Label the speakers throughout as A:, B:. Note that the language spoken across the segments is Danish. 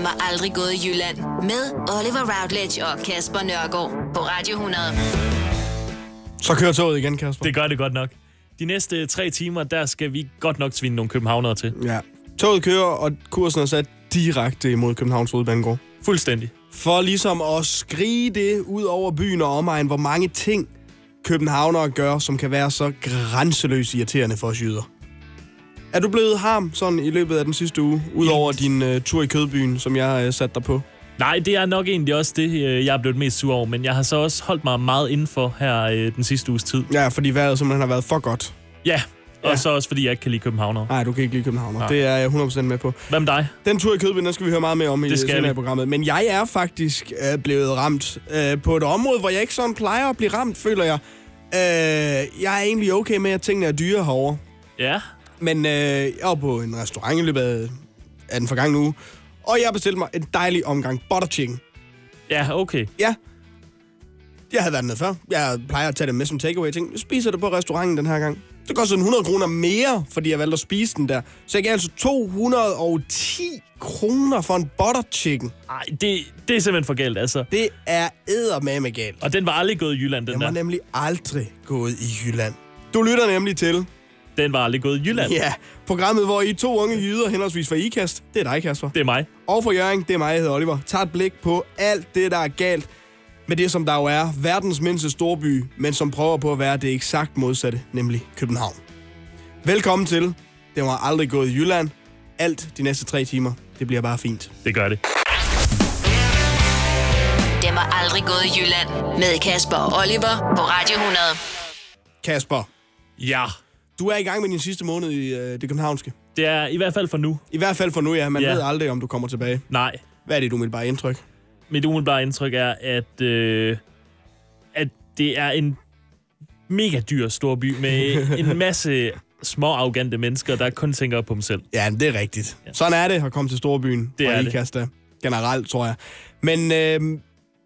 A: var aldrig gået i Jylland med Oliver Routledge og Kasper Nørgaard på Radio 100.
B: Så kører toget igen, Kasper.
C: Det gør det godt nok. De næste tre timer, der skal vi godt nok svinde nogle københavnere til.
B: Ja. Toget kører, og kursen er sat direkte imod Københavns Hovedbanegård.
C: Fuldstændig.
B: For ligesom at skrige det ud over byen og omegn, hvor mange ting københavnere gør, som kan være så grænseløst irriterende for os jyder. Er du blevet harm sådan i løbet af den sidste uge, udover din øh, tur i Kødbyen, som jeg øh, satte dig på?
C: Nej, det er nok egentlig også det, øh, jeg er blevet mest sur over, men jeg har så også holdt mig meget indenfor her øh, den sidste uges tid.
B: Ja, fordi vejret simpelthen har været for godt.
C: Ja, og
B: Ja.
C: så også fordi jeg ikke kan lide københavnere.
B: Nej, du kan ikke lide københavner.
C: Nej.
B: Det er jeg 100% med på.
C: Hvad med dig?
B: Den tur i Kødbyen, den skal vi høre meget mere om i
C: Det skal
B: senere i
C: vi.
B: programmet. Men jeg er faktisk øh, blevet ramt øh, på et område, hvor jeg ikke sådan plejer at blive ramt, føler jeg. Øh, jeg er egentlig okay med, at tingene er dyre herovre.
C: Ja,
B: Men øh, jeg var på en restaurant i løbet af, af den forgangne uge, og jeg bestilte mig en dejlig omgang butter chicken.
C: ja okay.
B: Ja, jeg havde været dernede før. Jeg plejer at tage det med som takeaway ting. Jeg spiser det på restauranten den her gang. Det koster den 100 kroner mere, fordi jeg valgte at spise den der. Så jeg gav altså 210 kroner for en butter chicken.
C: Ej, det, det er simpelthen for galt, altså.
B: Det er eddermame galt.
C: Og den var aldrig gået i Jylland, den
B: Jeg var
C: der.
B: nemlig aldrig gået i Jylland. Du lytter nemlig til,
C: Den var aldrig gået i Jylland.
B: ja, programmet, hvor I to unge jyder henholdsvis fra IKAST, det er dig, Kasper,
C: Det er mig.
B: og fra Jørgen, det er mig, jeg hedder Oliver, tager et blik på alt det, der er galt med det, som der jo er verdens mindste storby, men som prøver på at være det eksakt modsatte, nemlig København. Velkommen til. Det var aldrig gået i Jylland. Alt de næste tre timer, det bliver bare fint.
C: Det gør det.
A: Den var aldrig gået i Jylland med Kasper og Oliver på Radio 100.
B: Kasper,
C: Ja.
B: du er i gang med din sidste måned i øh, det københavnske.
C: Det er i hvert fald for nu.
B: I hvert fald for nu, ja. Man
C: Ja.
B: ved aldrig, om du kommer tilbage.
C: Nej.
B: Hvad er det, du mit bare indtryk?
C: mit umiddelbare indtryk er, at, øh, at det er en mega dyr storby med en masse små arrogante mennesker, der kun tænker på dem selv.
B: Ja, men det er rigtigt. Ja. Sådan er det at komme til storbyen
C: Det
B: fra
C: er det.
B: Ikasta. Generelt, tror jeg. Men øh,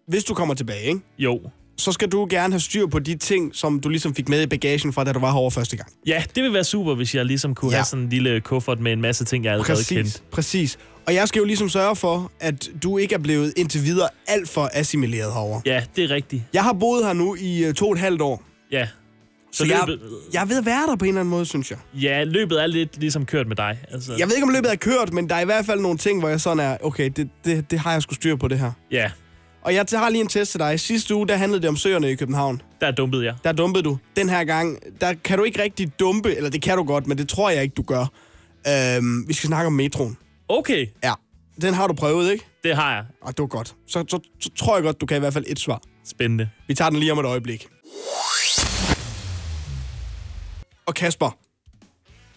B: hvis du kommer tilbage, ikke?
C: Jo.
B: så skal du gerne have styr på de ting, som du ligesom fik med i bagagen fra, da du var herovre første gang.
C: Ja, det ville være super, hvis jeg ligesom kunne
B: Ja.
C: ja. have sådan en lille kuffert med en masse ting, jeg allerede kendte.
B: præcis. Og jeg skal jo ligesom sørge for, at du ikke er blevet indtil videre alt for assimileret herovre.
C: Ja, det er rigtigt.
B: Jeg har boet her nu i øh, to og et halvt år.
C: Ja.
B: Så
C: Så,
B: jeg,
C: løbet,
B: jeg er ved at være der på en eller anden måde, synes jeg.
C: ja, løbet er lidt ligesom kørt med dig. Altså,
B: Jeg ved ikke, om løbet er kørt, men der er i hvert fald nogle ting, hvor jeg sådan er, okay, det, det, det har jeg sgu styr på det her.
C: Ja,
B: Og jeg har lige en test til dig. Sidste uge, der handlede det om søerne i København.
C: der dumpede jeg.
B: Der dumpede du. Den her gang, der kan du ikke rigtig dumpe, eller det kan du godt, men det tror jeg ikke, du gør. Øhm, vi skal snakke om metroen.
C: Okay,
B: Ja. Den har du prøvet, ikke?
C: det har jeg.
B: Og det var godt. Så, så, så tror jeg godt, du kan i hvert fald et svar.
C: Spændende.
B: Vi tager den lige om et øjeblik. Og Kasper,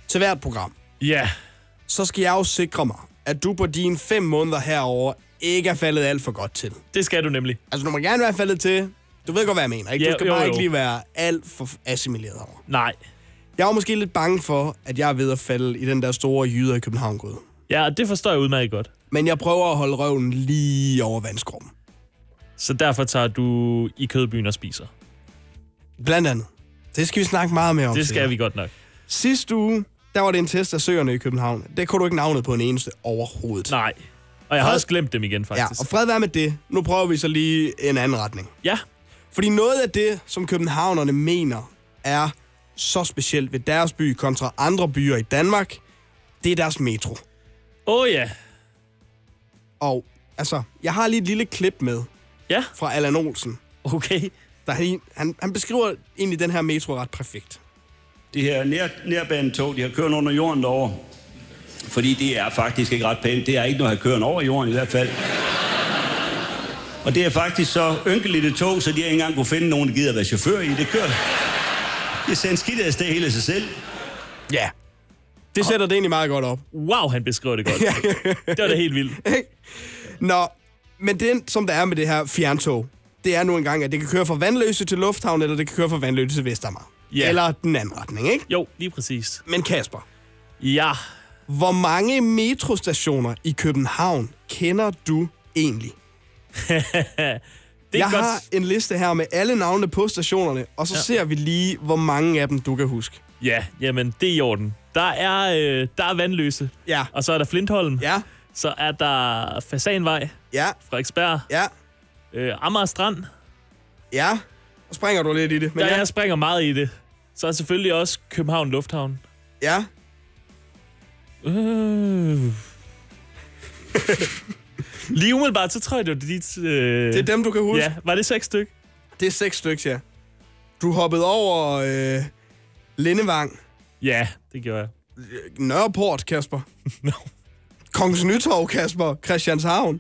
B: til hvert program,
C: Ja,
B: så skal jeg jo sikre mig, at du på dine fem måneder herover ikke er faldet alt for godt til.
C: det skal du nemlig.
B: Altså, du må gerne være faldet til. Du ved godt, hvad jeg mener, ikke?
C: Ja,
B: du skal
C: jo,
B: bare
C: jo.
B: ikke lige være alt for assimileret over.
C: Nej.
B: Jeg var måske lidt bange for, at jeg er ved at falde i den der store jyder i København gåde.
C: Ja, og det forstår jeg udmærket godt.
B: Men jeg prøver at holde røven lige over vandskrummen.
C: Så derfor tager du i kødbyen og spiser.
B: Blandt andet. Det skal vi snakke meget mere om.
C: Det
B: senere.
C: skal vi godt nok.
B: Sidste uge, der var det en test af søerne i København. Det kunne du ikke navnet på en eneste overhovedet.
C: Nej. Og jeg har
B: Fred-
C: også glemt dem igen,
B: ja,
C: faktisk.
B: og fred være med det. Nu prøver vi så lige en anden retning.
C: Ja,
B: Fordi noget af det, som københavnerne mener, er så specielt ved deres by kontra andre byer i Danmark, det er deres metro.
C: Åh oh, ja.
B: Og altså, jeg har lige et lille klip med
C: Ja,
B: fra Allan Olsen.
C: okay.
B: Der han, han, han beskriver egentlig den her metro ret perfekt.
D: Det her nær, nærbanetog, de har kørt under jorden derovre. Fordi det er faktisk ikke ret pænt. Det er ikke noget at have kørt over jorden i hvert fald. Og det er faktisk så ynkeligt et tog, så de ikke engang kunne finde nogen, der gider være chauffør i. Det kører. Det sender skidt afsted hele sig selv.
B: Ja. Det sætter det egentlig meget godt op.
C: Wow, han beskriver det godt. det var da helt vildt.
B: Nå, men det, som der er med det her fjerntog, det er nu engang, at det kan køre fra Vandløse til Lufthavn, eller det kan køre fra Vandløse til Vestermar.
C: Ja.
B: Eller den anden retning, ikke?
C: Jo, lige præcis.
B: Men Kasper,
C: Ja,
B: hvor mange metrostationer i København kender du egentlig?
C: det er
B: Jeg
C: godt.
B: har en liste her med alle navnene på stationerne, og så ja. ser vi lige, hvor mange af dem du kan huske.
C: Ja, jamen, det er i orden. Der er, øh, der er vandløse.
B: Ja.
C: Og så er der Flintholm.
B: Ja.
C: Så er der Fasanvej,
B: Ja,
C: Frederiksberg,
B: ja,
C: øh, Amager Strand.
B: ja. Så springer du lidt i det. Men
C: Der
B: ja,
C: jeg springer meget i det. Så er selvfølgelig også København Lufthavn.
B: ja.
C: Øh. Lige umiddelbart, så tror jeg, det var dit... Øh...
B: Det er dem, du kan huske.
C: Ja, var det seks styk?
B: Det er seks stykker, ja. Du hoppede over øh, Lindevang,
C: Ja, det gjorde jeg.
B: Nørreport, Kasper.
C: Nå.
B: Kongens Nytorv, Kasper. Christianshavn.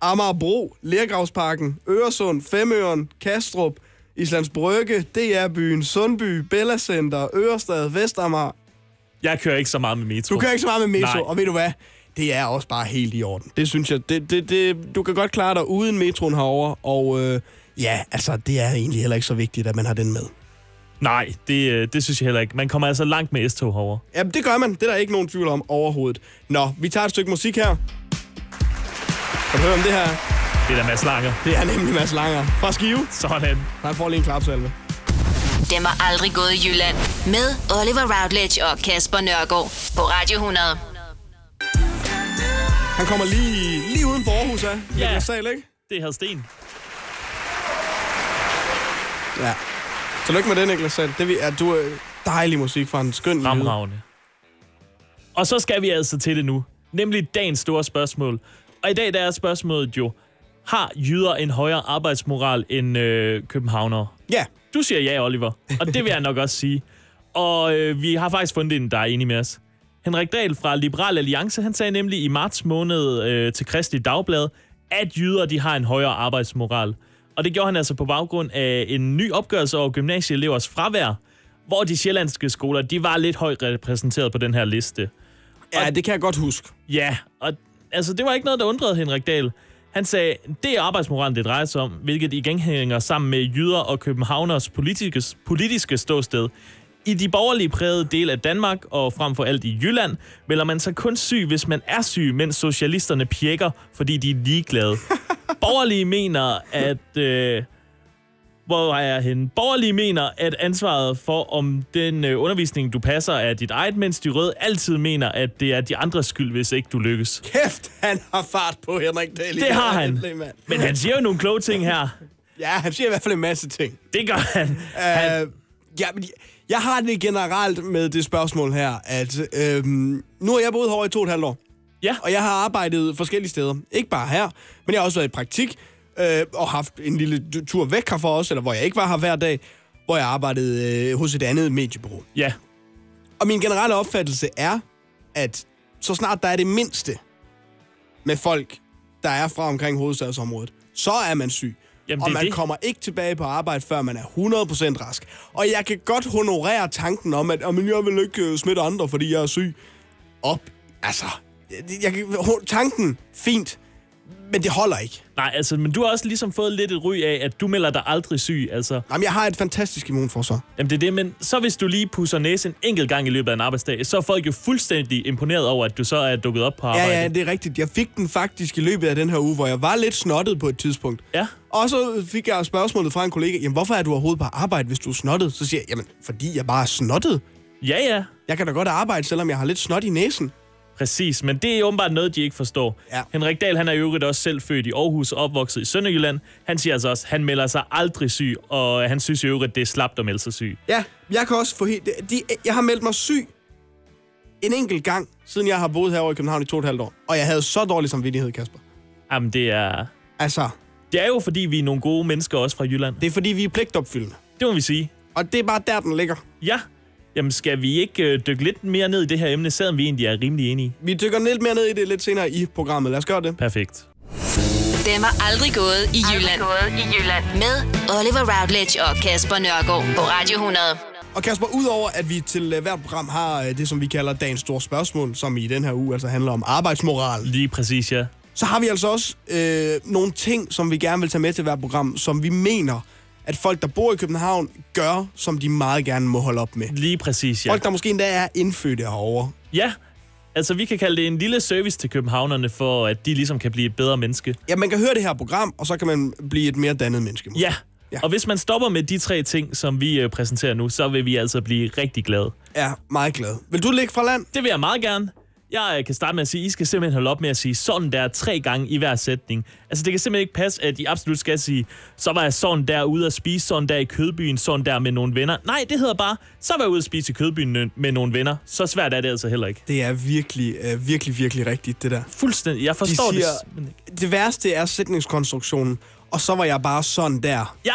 B: Amagerbro, Lergravsparken, Øresund, Femøren, Kastrup, Islands Brygge, DR-byen, Sundby, Bella Center, Ørestad, Vestamager.
C: Jeg kører ikke så meget med metro.
B: Du kører ikke så meget med metro,
C: Nej.
B: og ved du hvad? Det er også bare helt i orden. Det synes jeg, det, det, det, du kan godt klare dig uden metroen herover og øh, ja, altså, det er egentlig heller ikke så vigtigt, at man har den med.
C: Nej, det, øh, det synes jeg heller ikke. Man kommer altså langt med S-tog herover.
B: Jamen, det gør man. Det er der ikke nogen tvivl om overhovedet. Nå, vi tager et stykke musik her. Kan du høre om det her?
C: Det der med slanger.
B: Det er nemlig Mads Langer fra Skive.
C: Sådan.
B: Han får lige en klapsalve.
A: Den var aldrig gået i Jylland. Med Oliver Routledge og Kasper Nørgaard på Radio 100.
B: Han kommer lige, lige uden for Aarhus af.
C: Ja.
B: Ja. Sal, ikke?
C: Det havde sten.
B: Ja. Tillykke med den, Niklas Sal. Det er vi- er du øh, dejlig musik fra en skøn lille-
C: Ramravne. Og så skal vi altså til det nu. Nemlig dagens store spørgsmål. Og i dag der er spørgsmålet jo, har jyder en højere arbejdsmoral end øh, københavnere?
B: Ja.
C: Du siger ja, Oliver. Og det vil jeg nok også sige. Og øh, vi har faktisk fundet en, der er enig med os. Henrik Dahl fra Liberal Alliance, han sagde nemlig i marts måned øh, til Kristelig Dagblad, at jyder de har en højere arbejdsmoral. Og det gjorde han altså på baggrund af en ny opgørelse over gymnasieelevers fravær, hvor de sjællandske skoler, de var lidt højt repræsenteret på den her liste.
B: Ja, det kan jeg godt huske.
C: Ja, og altså, det var ikke noget, der undrede Henrik Dahl. Han sagde, det er arbejdsmoralen, det drejer sig om, hvilket igen hænger sammen med jyder og københavners politiske, politiske ståsted. I de borgerlige prægede del af Danmark, og frem for alt i Jylland, melder man sig kun syg, hvis man er syg, mens socialisterne pjekker, fordi de er ligeglade. Borgerlige mener, at... Øh, hvor var jeg henne? Borgerlige mener, at ansvaret for, om den øh, undervisning, du passer, er dit eget, mens de røde altid mener, at det er de andres skyld, hvis ikke du lykkes.
B: Kæft, han har fart på Henrik Dahl.
C: Det har han.
B: Mand.
C: Men han siger jo nogle kloge ting her.
B: Ja, han siger i hvert fald en masse ting.
C: Det gør han. han
B: Øh, ja, men jeg- jeg har det generelt med det spørgsmål her, at øh, nu har jeg boet herovre i to og et halvt år.
C: Ja.
B: Og jeg har arbejdet forskellige steder. Ikke bare her, men jeg har også været i praktik, øh, og haft en lille du- tur væk herfra også, eller hvor jeg ikke var her hver dag, hvor jeg arbejdede øh, hos et andet mediebureau.
C: ja,
B: Og min generelle opfattelse er, at så snart der er det mindste med folk, der er fra omkring hovedstadsområdet, så er man syg.
C: Jamen,
B: og
C: det er
B: man
C: det.
B: kommer ikke tilbage på arbejde, før man er 100% rask. Og jeg kan godt honorere tanken om, at "Jamen, jeg vil ikke øh, smitte andre, fordi jeg er syg. Op. Altså, jeg, jeg, kan- ho- tanken, fint, men det holder ikke.
C: nej, altså, men du har også ligesom fået lidt et ry af, at du melder dig aldrig syg, altså.
B: Jamen, jeg har et fantastisk immunforsvar.
C: Jamen, det er det, men så hvis du lige pusser næsen en enkelt gang i løbet af en arbejdsdag, så er folk jo fuldstændig imponeret over, at du så er dukket op på
B: Ja,
C: arbejde.
B: ja, det er rigtigt. Jeg fik den faktisk i løbet af den her uge, hvor jeg var lidt snottet på et tidspunkt.
C: Ja.
B: Og så fik jeg spørgsmålet fra en kollega, jamen hvorfor er du overhovedet på arbejde, hvis du er snottet? Så siger jeg, jamen fordi jeg bare er snottet.
C: ja, ja.
B: Jeg kan da godt arbejde, selvom jeg har lidt snot i næsen.
C: Præcis, men det er åbenbart noget, de ikke forstår.
B: Ja.
C: Henrik Dahl, han er i øvrigt også selv født i Aarhus og opvokset i Sønderjylland. Han siger altså også, han melder sig aldrig syg, og han synes i øvrigt, det er slapt at melde sig syg.
B: Ja, jeg kan også få helt... De, jeg har meldt mig syg en enkelt gang, siden jeg har boet herovre i København i to og et halvt år. Og jeg havde så dårlig samvittighed, Kasper.
C: Jamen, det er...
B: Altså,
C: Det er jo, fordi vi er nogle gode mennesker også fra Jylland.
B: det er fordi, vi er pligtopfyldende.
C: Det må vi sige.
B: Og det er bare der, den ligger.
C: Ja. Jamen, skal vi ikke øh, dykke lidt mere ned i det her emne, selvom vi egentlig er rimelig enige?
B: Vi dykker lidt mere ned i det lidt senere i programmet. Lad os gøre det.
C: Perfekt.
A: Den var aldrig gået i Jylland.
E: Gået i Jylland.
A: Med Oliver Routledge og Kasper Nørgaard på Radio 100.
B: Og Kasper, udover at vi til øh, hvert program har øh, det, som vi kalder dagens store spørgsmål, som i den her uge altså handler om arbejdsmoral,
C: Lige præcis, ja.
B: så har vi altså også øh, nogle ting, som vi gerne vil tage med til hvert program, som vi mener, at folk, der bor i København, gør, som de meget gerne må holde op med.
C: Lige præcis, ja.
B: Folk, der måske endda er indfødte herovre.
C: Ja. Altså, vi kan kalde det en lille service til københavnerne, for at de ligesom kan blive et bedre menneske.
B: Ja, man kan høre det her program, og så kan man blive et mere dannet menneske. måske.
C: Ja.
B: Ja.
C: ja. Og hvis man stopper med de tre ting, som vi øh, præsenterer nu, så vil vi altså blive rigtig glade.
B: Ja, meget glad. Vil du ligge fra land?
C: Det vil jeg meget gerne. Jeg øh, kan starte med at sige, I skal simpelthen holde op med at sige sådan der tre gange i hver sætning. Altså, det kan simpelthen ikke passe, at I absolut skal sige, så var jeg sådan der ude at spise, sådan der i kødbyen, sådan der med nogle venner. Nej, det hedder bare, så var jeg ude at spise i kødbyen nø- med nogle venner. Så svært er det altså heller ikke.
B: Det er virkelig, øh, virkelig, virkelig rigtigt, det der.
C: Fuldstændig. Jeg
B: De
C: forstår
B: siger,
C: det. simpelthen ikke.
B: det værste er sætningskonstruktionen, og så var jeg bare sådan der.
C: Ja,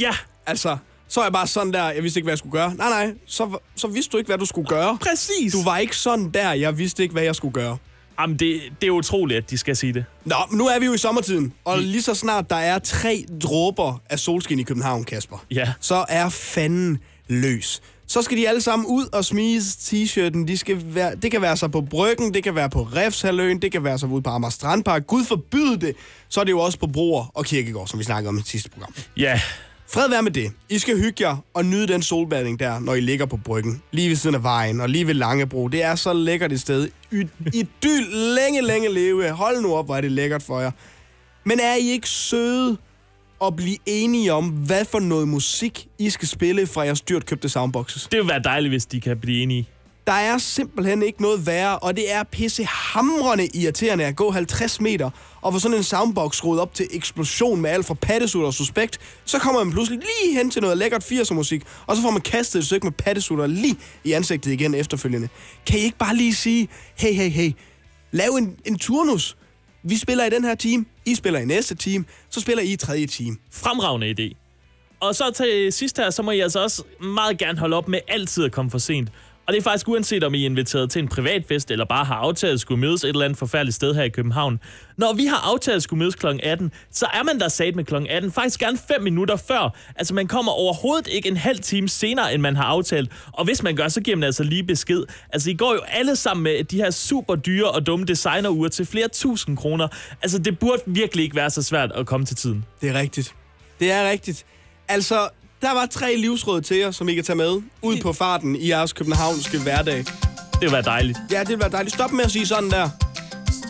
C: ja,
B: Altså, så var jeg bare sådan der, jeg vidste ikke, hvad jeg skulle gøre. Nej, nej, så, så vidste du ikke, hvad du skulle gøre.
C: præcis.
B: Du var ikke sådan der, jeg vidste ikke, hvad jeg skulle gøre.
C: Jamen, det, det er utroligt, at de skal sige det.
B: Nå, men nu er vi jo i sommertiden, og lige så snart der er tre dråber af solskin i København, Kasper,
C: Ja.
B: så er fanden løs. Så skal de alle sammen ud og smise t-shirten. De skal være, det kan være sig på Bryggen, det kan være på Refshaløen, det kan være sig ude på Amager Strandpark. Gud forbyde det, så er det jo også på Broer og Kirkegård, som vi snakkede om i sidste program.
C: Ja,
B: Fred være med det. I skal hygge jer og nyde den solbadning der, når I ligger på bryggen. Lige ved siden af vejen og lige ved Langebro. Det er så lækkert et sted. Y- idyl, længe, længe leve. Hold nu op, hvor er det lækkert for jer. Men er I ikke søde at blive enige om, hvad for noget musik I skal spille fra jeres dyrt købte soundboxes?
C: det vil være dejligt, hvis de kan blive enige.
B: Der er simpelthen ikke noget værre, og det er pissehamrende irriterende at gå 50 meter og få sådan en soundbox rodet op til eksplosion med alt fra pattesutter og suspekt. Så kommer man pludselig lige hen til noget lækkert 80'er musik, og så får man kastet et stykke med pattesutter lige i ansigtet igen efterfølgende. Kan I ikke bare lige sige, hey, hey, hey, lav en, en turnus. Vi spiller i den her time, I spiller i næste time, så spiller I i tredje time.
C: Fremragende idé. Og så til sidst her, så må I altså også meget gerne holde op med altid at komme for sent. Og det er faktisk uanset, om I er inviteret til en privatfest, eller bare har aftalt at skulle mødes et eller andet forfærdeligt sted her i København. Når vi har aftalt at skulle mødes kl. 18, så er man der sat med kl. 18, faktisk gerne 5 minutter før. Altså man kommer overhovedet ikke en halv time senere, end man har aftalt. Og hvis man gør, så giver man altså lige besked. Altså I går jo alle sammen med de her super dyre og dumme designerure til flere tusind kroner. Altså det burde virkelig ikke være så svært at komme til tiden.
B: Det er rigtigt. Det er rigtigt. Altså, der var tre livsråd til jer, som I kan tage med ud på farten i jeres københavnske hverdag.
C: Det ville være dejligt.
B: Ja, det vil være dejligt. Stop med at sige sådan der.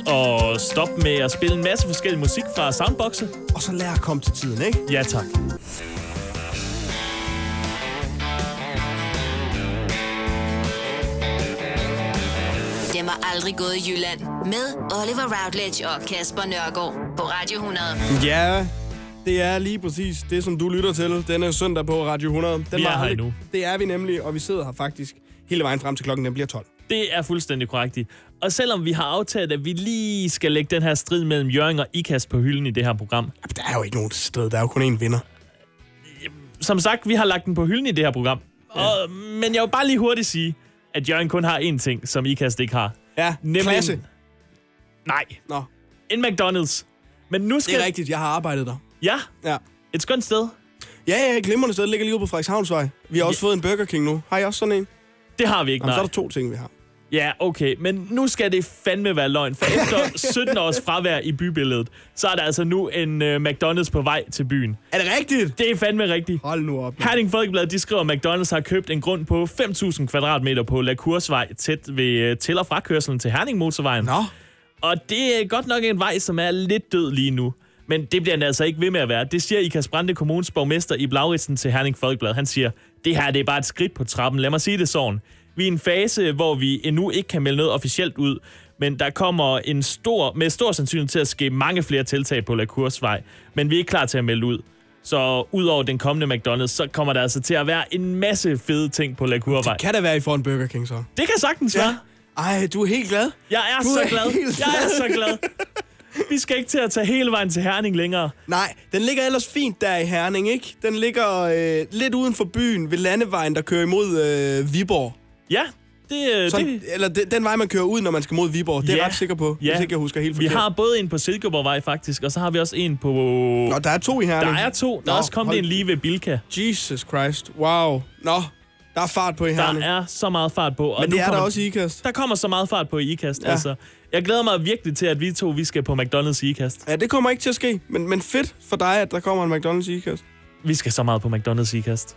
C: og stop med at spille en masse forskellig musik fra soundboxe.
B: Og så lær at komme til tiden, ikke?
C: Ja tak.
A: Det var aldrig gået i Jylland. Med Oliver Routledge og Kasper Nørgaard på Radio 100.
B: Ja, det er lige præcis det, som du lytter til denne søndag på Radio 100. Den
C: Vi er
B: var
C: her
B: aldrig-
C: endnu.
B: Det er vi nemlig, og vi sidder her faktisk hele vejen frem til klokken, den bliver 12.
C: Det er fuldstændig korrekt. Og selvom vi har aftalt, at vi lige skal lægge den her strid mellem Jørgen og Ikas på hylden i det her program.
B: Jamen, der er jo ikke nogen sted, der er jo kun én vinder.
C: Som sagt, vi har lagt den på hylden i det her program. Og, men jeg vil bare lige hurtigt sige, at Jørgen kun har én ting, som Ikast ikke har.
B: Ja,
C: Nemlig-
B: klasse.
C: Nej,
B: Nå,
C: en McDonald's. Men nu
B: det
C: skal...
B: er rigtigt, jeg har arbejdet der.
C: Ja,
B: Ja.
C: et skønt sted.
B: Ja, ja, et glimrende sted ligger lige ude på Frederikshavnsvej. Vi har også fået en Burger King nu. Har I også sådan en?
C: Det har vi ikke,
B: Jamen, så
C: nej.
B: er der to ting, vi har.
C: Ja, okay, men nu skal det fandme være løgn, for efter 17 års fravær i bybilledet, så er der altså nu en uh, McDonald's på vej til byen.
B: Er det rigtigt?
C: Det er fandme rigtigt.
B: Hold nu op. mand.
C: Herning Folkeblad, de skriver, at McDonald's har købt en grund på 5.000 kvadratmeter på La Coursevej, tæt ved uh, til- og frakørselen til Herning Motorvejen.
B: Nå,
C: Og det er godt nok en vej, som er lidt død lige nu. Men det bliver den altså ikke ved med at være. Det siger Ikas Brande Kommunes borgmester i Blauritsen til Herning Folkeblad. Han siger, det her det er bare et skridt på trappen. Lad mig sige det sådan. Vi er i en fase, hvor vi endnu ikke kan melde noget officielt ud, men der kommer en stor, med stor sandsynlighed til at ske mange flere tiltag på La Coursevej, men vi er ikke klar til at melde ud. Så udover den kommende McDonald's, så kommer der altså til at være en masse fede ting på La Coursevej.
B: kan da være, I får en Burger King så.
C: Det kan sagtens være.
B: Ej, du er helt glad.
C: Jeg er
B: Du
C: så
B: er
C: glad.
B: helt
C: Jeg er så glad. Vi skal ikke til at tage hele vejen til Herning længere.
B: Nej, den ligger ellers fint der i Herning, ikke? Den ligger øh, lidt uden for byen ved landevejen, der kører imod øh, Viborg.
C: Ja, det, øh,
B: Sådan,
C: det
B: eller de, den vej, man kører ud, når man skal mod Viborg. Det er
C: Ja.
B: jeg ret sikker på,
C: Ja.
B: hvis ikke jeg husker helt
C: vi
B: forkert.
C: har både en på Silkeborgvej faktisk, og så har vi også en på...
B: Nå, der er to i
C: Der
B: Herning.
C: er to. Der er
B: Nå,
C: også kommet
B: hold-
C: en lige ved Bilka.
B: Jesus Christ. Wow. Nå, der er fart på i Herning.
C: Der er så meget fart på. Og
B: Men
C: nu
B: det er
C: kommer,
B: der også i Ikast.
C: Der kommer så meget fart på i ikast.
B: Ja.
C: Ja. Altså, jeg glæder mig virkelig til, at vi to vi skal på McDonald's i ikast.
B: Ja, det kommer ikke til at ske, men, men fedt for dig, at der kommer en McDonald's i Ikast.
C: Vi skal så meget på McDonald's i ikast.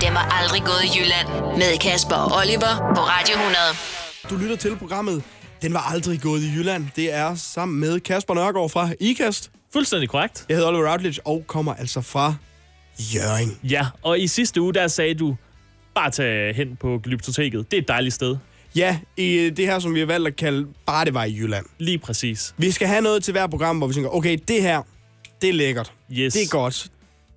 A: Det var aldrig gået i Jylland. Med Kasper og Oliver på Radio 100.
B: Du lytter til programmet Den var aldrig gået i Jylland. Det er sammen med Kasper Nørgaard fra IKAST.
C: Fuldstændig korrekt.
B: Jeg hedder Oliver Routledge og kommer altså fra Jørgen.
C: Ja, og i sidste uge, der sagde du, bare tage hen på Glyptoteket. Det er et dejligt sted.
B: Ja, i øh, det her, som vi har valgt at kalde Bare det var i Jylland.
C: Lige præcis.
B: Vi skal have noget til hver program, hvor vi tænker, okay, det her, det er lækkert.
C: Yes.
B: Det er godt.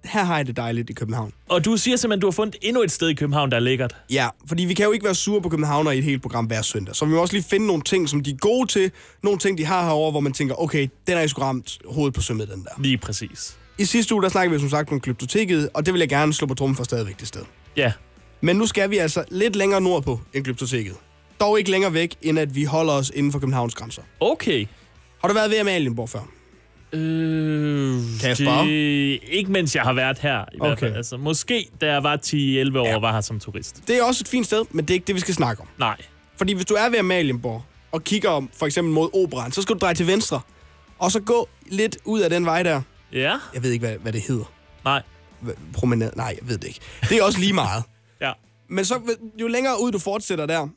B: Her har jeg det dejligt i København.
C: Og du siger simpelthen, at du har fundet endnu et sted i København, der er lækkert.
B: Ja, fordi vi kan jo ikke være sure på københavner i et helt program hver søndag. Så vi må også lige finde nogle ting, som de er gode til. Nogle ting, de har herover, hvor man tænker, okay, den har jeg sgu ramt hovedet på sømmet, den der.
C: Lige præcis.
B: I sidste uge, der snakkede vi som sagt om Glyptoteket, og det vil jeg gerne slå på trummen for stadigvæk det sted.
C: Ja,
B: Men nu skal vi altså lidt længere nordpå end Glyptoteket. Dog ikke længere væk, end at vi holder os inden for Københavns grænser.
C: okay.
B: Har du været ved Amalienborg før?
C: Øh,
B: Kasper?
C: Det, ikke mens jeg har været her, i okay. hvert
B: Okay.
C: fald. Altså, måske da jeg var 10-11 år og
B: Ja.
C: var her som turist.
B: Det er også et fint sted, men det er ikke det, vi skal snakke om.
C: Nej.
B: Fordi hvis du er ved Amalienborg og kigger om, for eksempel mod operan, så skal du dreje til venstre. Og så gå lidt ud af den vej der.
C: Ja?
B: Jeg ved ikke, hvad, hvad det hedder.
C: Nej.
B: Hva- Promenade? Nej, jeg ved det ikke. Det er også lige meget.
C: Ja.
B: Men så, jo længere ud du fortsætter der,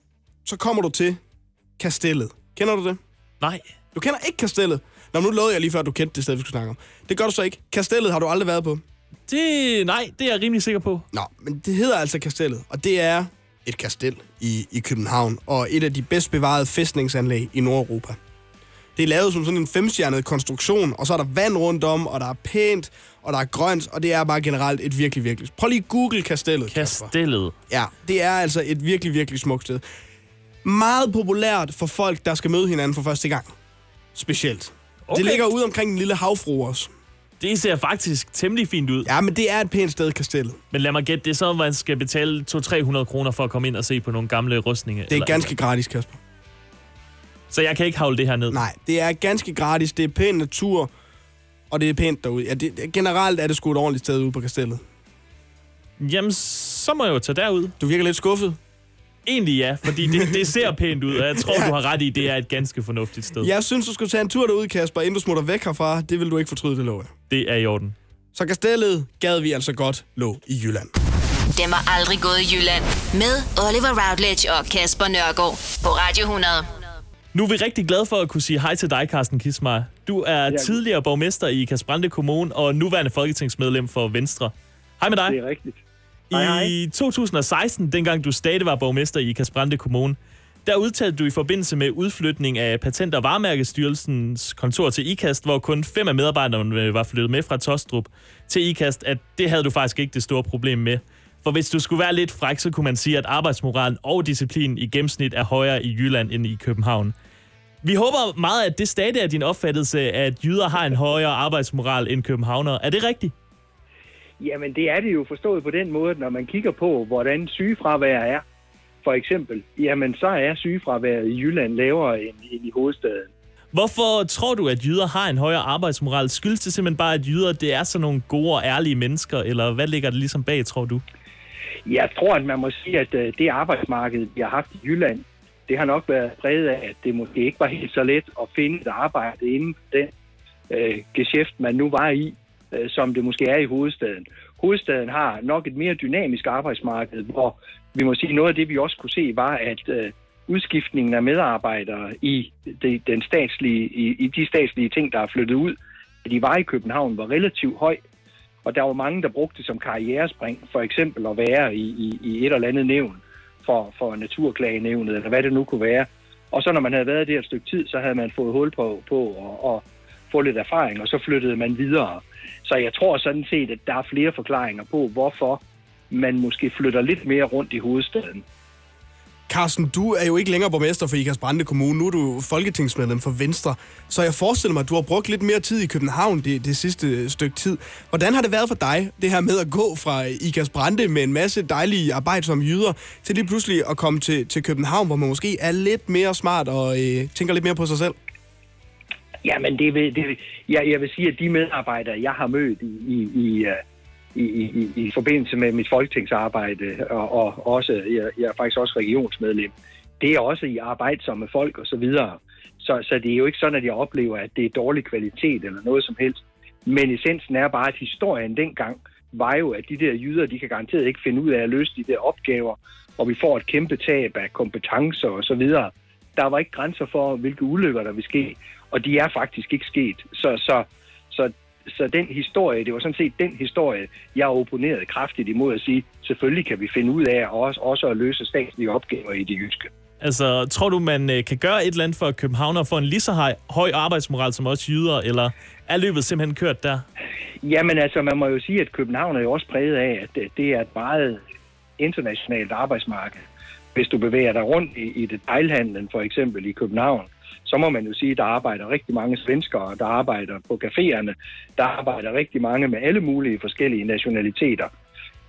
B: så kommer du til kastellet. Kender du det?
C: Nej.
B: Du kender ikke kastellet. Nå, men nu lovede jeg lige før, at du kendte det sted, vi skulle snakke om. Det gør du så ikke. Kastellet har du aldrig været på.
C: Det, nej, det er jeg rimelig sikker på.
B: Nå, men det hedder altså kastellet, og det er et kastel i, i København, og et af de bedst bevarede fæstningsanlæg i Nordeuropa. Det er lavet som sådan en femstjernet konstruktion, og så er der vand rundt om, og der er pænt, og der er grønt, og det er bare generelt et virkelig, virkelig... Prøv lige at google kastellet, Kasper.
C: Kastellet.
B: Ja, det er altså et virkelig, virkelig smukt sted. Meget populært for folk, der skal møde hinanden for første gang. Specielt. Okay.
C: Okay.
B: Det ligger ude omkring den lille havfru også.
C: Det ser faktisk temmelig fint ud. Ja.
B: Ja, men det er et pænt sted, kastellet.
C: Men lad mig gætte, det er sådan, man skal betale 200-300 kroner for at komme ind og se på nogle gamle rustninger.
B: Det er ganske gratis, Kasper.
C: Så jeg kan ikke havle det her ned.
B: Nej, det er ganske gratis. Det er pæn natur, og det er pænt derude. Ja, det, det- generelt er det sgu et ordentligt sted ude på kastellet.
C: Jamen, så må jeg jo tage derud.
B: Du virker lidt skuffet.
C: Egentlig ja, fordi det, det ser pænt ud, og jeg tror, du har ret i, det er et ganske fornuftigt sted.
B: Jeg synes, du skal tage en tur derude, Kasper, inden du smutter væk herfra. Det vil du ikke fortryde, det lover jeg.
C: Det er i orden.
B: Så kastellet gad vi altså godt lå i Jylland.
A: Den var aldrig gået i Jylland. Med Oliver Routledge og Kasper Nørgaard på Radio 100.
C: Nu er vi rigtig glade for at kunne sige hej til dig, Carsten Kismar. Du er ja. tidligere borgmester i Kasbrande Kommune og nuværende folketingsmedlem for Venstre. Hej med dig.
E: Det er rigtigt.
C: I 2016, dengang du stadig var borgmester i Kasbrande Kommune, der udtalte du i forbindelse med udflytning af Patent- og Varemærkestyrelsens kontor til IKAST, hvor kun fem af medarbejderne øh, var flyttet med fra Tostrup til IKAST, at det havde du faktisk ikke det store problem med. For hvis du skulle være lidt fræk, så kunne man sige, at arbejdsmoralen og disciplinen i gennemsnit er højere i Jylland end i København. Vi håber meget, at det stadig er din opfattelse, at jyder har en højere arbejdsmoral end københavnere. Er det rigtigt?
E: Jamen, det er det jo forstået på den måde, at når man kigger på, hvordan sygefravær er, for eksempel, jamen, så er sygefraværet i Jylland lavere end, end i hovedstaden.
C: Hvorfor tror du, at jyder har en højere arbejdsmoral? Skyldes det simpelthen bare, at jyder det er sådan nogle gode og ærlige mennesker, eller hvad ligger det ligesom bag, tror du?
E: Jeg tror, at man må sige, at øh, det arbejdsmarked, vi har haft i Jylland, det har nok været præget af, at det måske ikke var helt så let at finde et arbejde inden for den øh, geschæft, man nu var i, øh, som det måske er i hovedstaden. Hovedstaden har nok et mere dynamisk arbejdsmarked, hvor vi må sige, noget af det, vi også kunne se, var, at øh, udskiftningen af medarbejdere i, de, den statslige, i, i de statslige ting, der er flyttet ud, de var i København, var relativt høj, og der var mange, der brugte det som karrierespring, for eksempel at være i, i, i et eller andet nævn for, for naturklagenævnet, eller hvad det nu kunne være. Og så når man havde været der et stykke tid, så havde man fået hul på, på og, og få lidt erfaring, og så flyttede man videre. Så jeg tror sådan set, at der er flere forklaringer på, hvorfor man måske flytter lidt mere rundt i hovedstaden.
B: Carsten, du er jo ikke længere borgmester for Ikas Brande Kommune. Nu er du folketingsmedlem for Venstre. Så jeg forestiller mig, at du har brugt lidt mere tid i København det, det sidste stykke tid. Hvordan har det været for dig, det her med at gå fra Ikas Brande med en masse dejlige arbejdsomme jyder, til lige pludselig at komme til, til København, hvor man måske er lidt mere smart og øh, tænker lidt mere på sig selv?
E: Jamen, det vil, det vil, jeg, jeg vil sige, at de medarbejdere, jeg har mødt i, i, i, øh, i, i, i, i forbindelse med mit folketingsarbejde, og, og også, jeg, jeg er faktisk også regionsmedlem, det er også i arbejdsomme folk og så videre. Så, så det er jo ikke sådan, at jeg oplever, at det er dårlig kvalitet eller noget som helst. Men essensen er bare, at historien dengang var jo, at de der jyder, de kan garanteret ikke finde ud af at løse de der opgaver, og vi får et kæmpe tab af kompetencer og så videre. Der var ikke grænser for, hvilke ulykker der vil ske, og de er faktisk ikke sket. Så, så, så så den historie, det var sådan set den historie, jeg opponerede kraftigt imod at sige, selvfølgelig kan vi finde ud af også, også at løse statslige opgaver i det jyske.
C: Altså, tror du, man øh, kan gøre et eller andet for, at københavner får en lige så høj, høj arbejdsmoral som også jyder, eller er løbet simpelthen kørt der?
E: Jamen altså, man må jo sige, at København er jo også præget af, at det- det er et meget internationalt arbejdsmarked. Hvis du bevæger dig rundt i, i detailhandlen, for eksempel i København, så må man jo sige, at der arbejder rigtig mange svenskere, der arbejder på caféerne, der arbejder rigtig mange med alle mulige forskellige nationaliteter.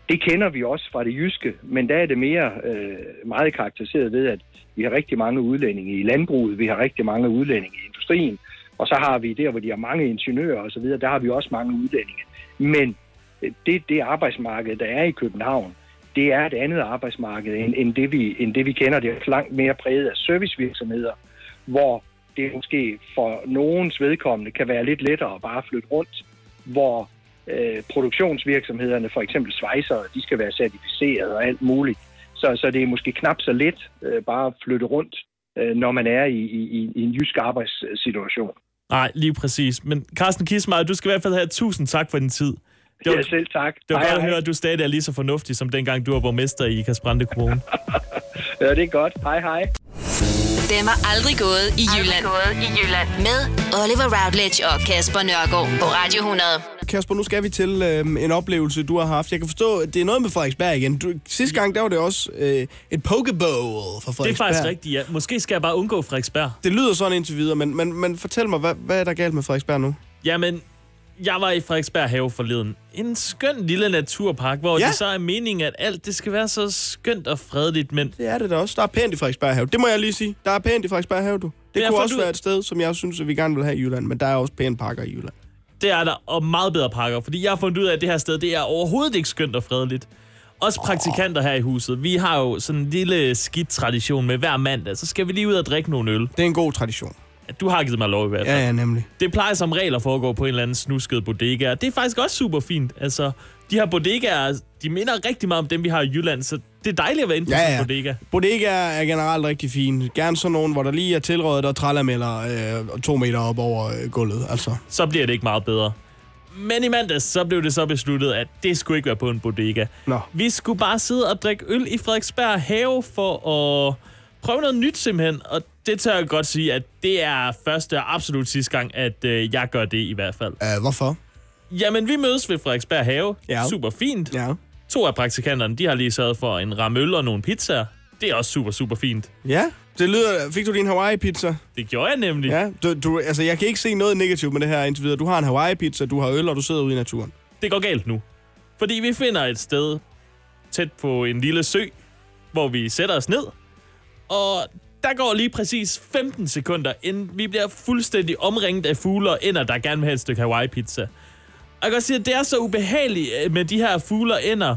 E: Det kender vi også fra det jyske, men der er det mere øh, meget karakteriseret ved, at vi har rigtig mange udlændinge i landbruget, vi har rigtig mange udlændinge i industrien, og så har vi der, hvor de har mange ingeniører osv., der har vi også mange udlændinge. Men øh, det, det arbejdsmarked, der er i København, det er et andet arbejdsmarked, end, end, det, vi, end det vi kender. Det er langt mere præget af servicevirksomheder, hvor det måske for nogens vedkommende kan være lidt lettere bare at flytte rundt, hvor øh, produktionsvirksomhederne, for eksempel svejsere, de skal være certificeret og alt muligt. Så, så det er måske knap så let øh, bare at flytte rundt, øh, når man er i, i, i- i en jysk arbejdssituation.
C: Nej, lige præcis. Men Carsten Kismar, du skal i hvert fald have tusind tak for din tid. Det var,
E: Ja, selv tak.
C: det var
E: Hej,
C: godt at
E: hej.
C: høre, at du stadig er lige så fornuftig, som dengang du var borgmester i Kasbrande Kommune.
E: Ja, det er godt. Hej, hej.
A: Dem er aldrig gået i Jylland. Aldrig gået i Jylland. Med Oliver Routledge og Kasper Nørgaard på Radio 100.
B: Kasper, nu skal vi til øh, en oplevelse, du har haft. Jeg kan forstå, at det er noget med Frederiksberg igen. Du, sidste gang, der var det også øh, et pokeball for Frederiksberg.
C: Det er faktisk rigtigt, ja. Måske skal jeg bare undgå Frederiksberg.
B: Det lyder sådan indtil videre, men, men, men fortæl mig, hvad, hvad er der galt med Frederiksberg nu?
C: Jamen, jeg var i Frederiksberg Have forleden. En skøn lille naturpark, hvor
B: Ja.
C: ja. det så er meningen, at alt det skal være så skønt og fredeligt, men
B: Det er det da også. Der er pænt i Frederiksberg have. Det må jeg lige sige. Der er pænt i Frederiksberg have, du. Det
C: jeg
B: kunne
C: fandt
B: også
C: ud-
B: være et sted, som jeg synes, at vi gerne vil have i Jylland, men der er også pæne pakker i Jylland.
C: det er der, og meget bedre pakker, fordi jeg har fundet ud af, at det her sted, det er overhovedet ikke skønt og fredeligt. Også praktikanter her i huset. Vi har jo sådan en lille skidt tradition med hver mandag, så skal vi lige ud og drikke nogle øl.
B: Det er en god tradition.
C: Du har givet mig lov i hvert fald.
B: Ja, ja, nemlig.
C: Det plejer som regel at foregå på en eller anden snusket bodega, og det er faktisk også super fint. Altså, de her bodegaer, de minder rigtig meget om dem, vi har i Jylland, så det er dejligt at være inde på
B: Ja,
C: ja, ja.
B: ja.
C: bodega.
B: Bodegaer er generelt rigtig fine. Gerne sådan nogen, hvor der lige er tilrådet og trallermælder øh, to meter op over øh, gulvet. Altså,
C: så bliver det ikke meget bedre. Men i mandags, så blev det så besluttet, at det skulle ikke være på en bodega.
B: Nå.
C: Vi skulle bare sidde og drikke øl i Frederiksberg have for at prøve noget nyt simpelthen. Og det tør jeg godt sige, at det er første og absolut sidste gang, at øh, jeg gør det i hvert fald.
B: øh, hvorfor?
C: Jamen, vi mødes ved Frederiksberg have.
B: Ja.
C: Super fint.
B: Ja.
C: To af praktikanterne, de har lige sørget for en ramme øl og nogle pizzaer. Det er også super, super fint.
B: Ja, det lyder... Fik du din Hawaii-pizza?
C: Det gjorde jeg nemlig.
B: Ja, du, du, altså jeg kan ikke se noget negativt med det her indtil videre. Du har en Hawaii-pizza, du har øl, og du sidder ude i naturen.
C: det går galt nu. Fordi vi finder et sted tæt på en lille sø, hvor vi sætter os ned. Og der går lige præcis 15 sekunder, inden vi bliver fuldstændig omringet af fugle og ender, der gerne vil have et stykke Hawaii-pizza. Og jeg kan godt sige, at det er så ubehageligt øh, med de her fugle og ender.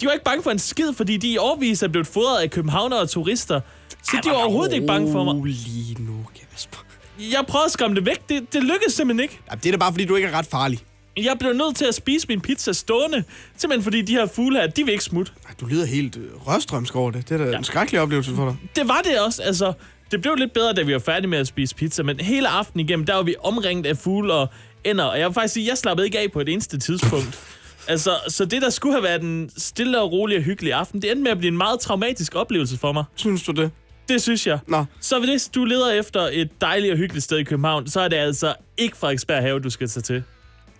C: De var ikke bange for en skid, fordi de i årvis er blevet fodret af københavnere og turister. Så de var overhovedet ikke bange for mig.
B: Lige nu, Kasper.
C: Jeg prøvede at skræmme det væk. Det, det lykkedes simpelthen ikke.
B: Ja, det er da bare, fordi du ikke er ret farlig.
C: Jeg blev nødt til at spise min pizza stående, simpelthen fordi de her fugle her, de vil ikke smutte.
B: Ej, Du lyder helt øh, rørstrømsk over det. Det er da ja. en skrækkelig oplevelse for dig.
C: Det var det også, altså. Det blev lidt bedre, da vi var færdige med at spise pizza, men hele aftenen igennem, der var vi omringet af fugle og ender, og jeg vil faktisk sige, jeg slappede ikke af på et eneste tidspunkt. Altså, så det, der skulle have været en stille og rolig og hyggelig aften, det endte med at blive en meget traumatisk oplevelse for mig.
B: Synes du det?
C: Det synes jeg.
B: Nå.
C: Så hvis du leder efter et dejligt og hyggeligt sted i København, så er det altså ikke Frederiksberg Have, du skal tage til.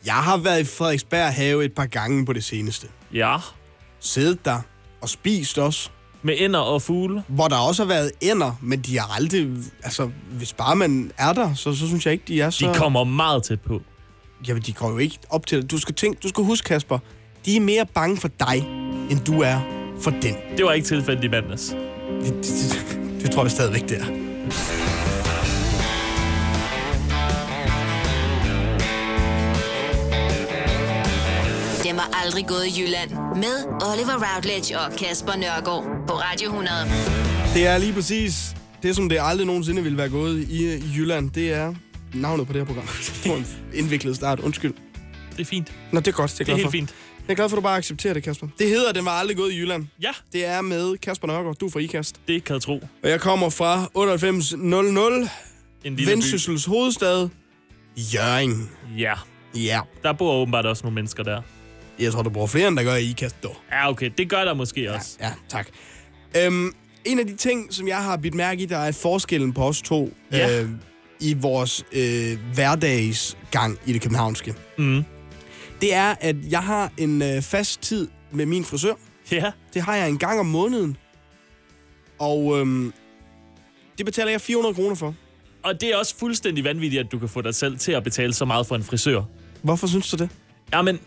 B: Jeg har været i Frederiksberg have et par gange på det seneste.
C: Ja,
B: Siddet der og spist også.
C: med ender og fugle.
B: Hvor der også har været ender, men de har aldrig... Altså, hvis bare man er der, så, så synes jeg ikke, de er så...
C: De kommer meget tæt på.
B: Jamen, de kommer jo ikke op til det. Du skal tænke, du skal huske, Kasper, de er mere bange for dig, end du er for den.
C: Det var ikke tilfældigt i mandags.
B: Det, det, det, det tror jeg stadigvæk, det er.
A: Dem er aldrig gået i Jylland. Med Oliver Routledge og Kasper Nørgaard på Radio 100.
B: Det er lige præcis det, som det aldrig nogensinde ville være gået i øh, Jylland. Det er navnet på det her program. Det var en indviklet start. Undskyld.
C: Det er fint.
B: Nå, det er godt. Det er,
C: Det er
B: glad
C: helt
B: for.
C: fint.
B: Jeg er glad for, at du bare accepterer det, Kasper. Det hedder, den var aldrig gået i Jylland.
C: Ja,
B: Det er med Kasper Nørgaard. Du er fra IKAST.
C: det kan jeg tro.
B: Og jeg kommer fra 9800,
C: En lille by.
B: Vendsyssels hovedstad, Jørgen.
C: Ja.
B: Ja,
C: Der bor åbenbart også nogle mennesker der.
B: jeg tror, du bruger flere, end der gør i IKAST, dog.
C: Ja, okay. Det gør der måske også.
B: Ja, tak. Øhm, en af de ting, som jeg har bidt mærke i, der er forskellen på os to
C: Ja.
B: øh, i vores øh, hverdagsgang i det københavnske, mm. det er, at jeg har en øh, fast tid med min frisør.
C: Ja.
B: Det har jeg en gang om måneden. Og øhm, det betaler jeg 400 kroner for.
C: Og det er også fuldstændig vanvittigt, at du kan få dig selv til at betale så meget for en frisør.
B: Hvorfor synes du det?
C: Jamen,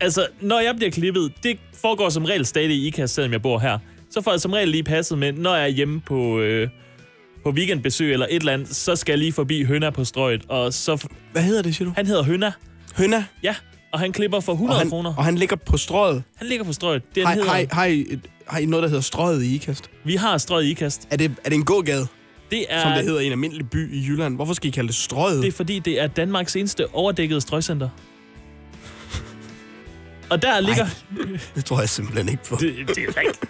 C: altså, når jeg bliver klippet, det foregår som regel stadig i IKAS, selvom jeg bor her. Så får jeg som regel lige passet med, når jeg er hjemme på, øh, på weekendbesøg eller et eller andet, så skal jeg lige forbi Hønna på strøget, og så... f-
B: Hvad hedder det, siger du?
C: Han hedder Hønna,
B: Hønna.
C: ja, og han klipper for
B: Og
C: 100
B: han,
C: kroner.
B: og han ligger på strøget.
C: Han ligger på strøget. Det, han
B: Har, har,
C: hedder,
B: I- har, I et, har I noget, der hedder strøget i IKAST?
C: Vi har strøget i IKAST.
B: Er det, er det en gågade?
C: Det er,
B: som det hedder i en almindelig by i Jylland. Hvorfor skal I kalde det strøget?
C: det er fordi, det er Danmarks eneste overdækkede strøgcenter. Og der ligger...
B: det tror jeg simpelthen ikke på. Det,
C: Det, det er rigtigt.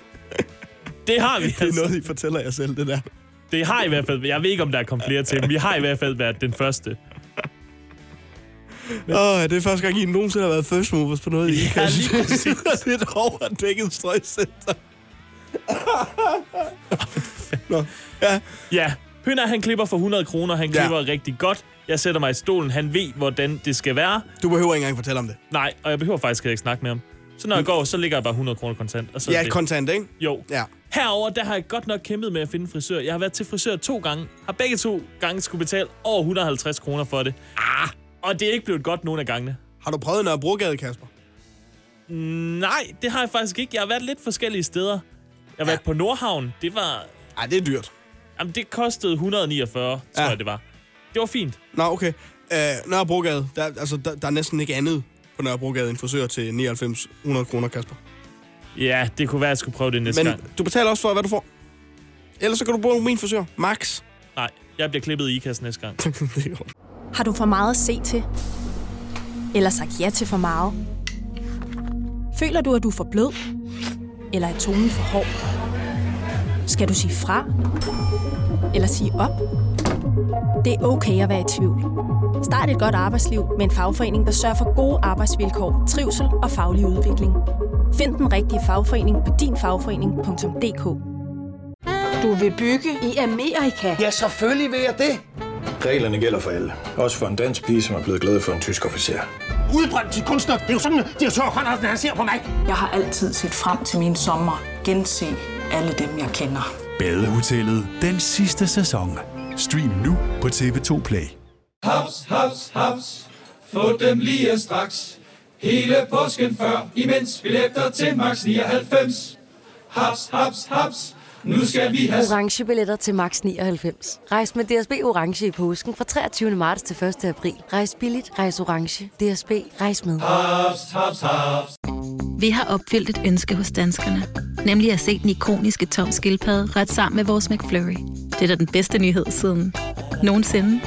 C: Det har vi
B: det er
C: altså.
B: noget, I fortæller jer selv, det der.
C: Det har i hvert fald... Jeg ved ikke, om der er kommet flere til, men vi har i hvert fald været den første.
B: Åh, oh, det er første gang, I nogensinde har været first movers på noget, I ikke
C: Ja, lige præcis.
B: Det er et overdækket strøgcenter. Nå, ja.
C: Ja, Hønder han klipper for 100 kroner. Han
B: Ja.
C: klipper ja. rigtig godt. Jeg sætter mig i stolen. Han ved, hvordan det skal være.
B: Du behøver ikke engang fortælle om det.
C: Nej, og jeg behøver faktisk ikke snakke med ham. Så når jeg går, så ligger jeg bare 100 kroner kontant. Og så er
B: Mm. Ja,
C: det.
B: kontant, ikke?
C: Jo.
B: Ja.
C: Herover der har jeg godt nok kæmpet med at finde en frisør. Jeg har været til frisør to gange. Har begge to gange skulle betale over 150 kroner for det. Ah! Og det er ikke blevet godt nogen af gangene.
B: Har du prøvet Nørre Brogade, Kasper?
C: Nej, det har jeg faktisk ikke. Jeg har været lidt forskellige steder. Jeg har været på Nordhavn. Det var...
B: Ej, det er dyrt.
C: Jamen, det kostede 149, tror
B: Ja.
C: jeg, det var. Det var fint.
B: Nå, okay. Øh, Nørre Brogade, der, altså, der, der er næsten ikke andet på Nørre Brogade end frisør til 9900 kroner, Kasper.
C: Ja, det kunne være, at jeg skulle prøve det næste
B: Men
C: gang.
B: du betaler også for, hvad du får. Ellers så kan du bruge min frisør, Max.
C: Nej, jeg bliver klippet i IKAS næste gang.
B: det er jo-
F: Har du for meget at se til? Eller sagt ja til for meget? Føler du, at du er for blød? Eller er tonen for hård? Skal du sige fra? Eller sige op? Det er okay at være i tvivl. Start et godt arbejdsliv med en fagforening, der sørger for gode arbejdsvilkår, trivsel og faglig udvikling. Find den rigtige fagforening på dinfagforening.dk.
G: Du vil bygge i Amerika?
H: Ja, selvfølgelig vil jeg det.
I: Reglerne gælder for alle. Også for en dansk pige, som er blevet glad for en tysk officer.
H: Udbrændt til kunstner. Det er jo sådan, at de har Conradsen, han ser på mig.
G: Jeg har altid set frem til min sommer. Gense alle dem, jeg kender.
J: Badehotellet den sidste sæson. Stream nu på TV2 Play.
K: Haps, haps, haps. Få dem lige straks. Hele påsken før, imens billetter til max 99. Haps, haps, haps. Nu skal vi have...
L: Orange billetter til max 99. Rejs med DSB Orange i påsken fra 23. marts til 1. april. Rejs billigt, rejs orange. DSB, rejs med.
K: Vi har opfyldt et ønske hos danskerne. Nemlig at se den ikoniske tom skildpadde ret sammen med vores McFlurry. Det er da den bedste nyhed siden nogensinde.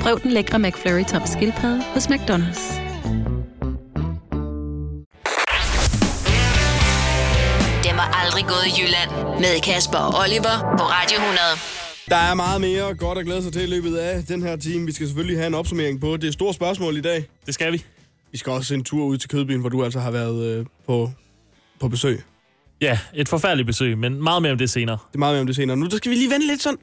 K: Prøv den lækre McFlurry tom skildpadde hos McDonald's.
A: Dem er aldrig gået i Jylland. Med Kasper og Oliver på Radio 100.
B: Der er meget mere godt at glæde sig til i løbet af den her time. Vi skal selvfølgelig have en opsummering på det store spørgsmål i dag.
C: Det skal vi.
B: Vi skal også en tur ud til Kødbyen, hvor du altså har været øh, på, på besøg. Det
C: Ja, et forfærdeligt besøg, men meget mere om det senere.
B: er meget mere om det senere. Nu der skal vi lige vende lidt sådan.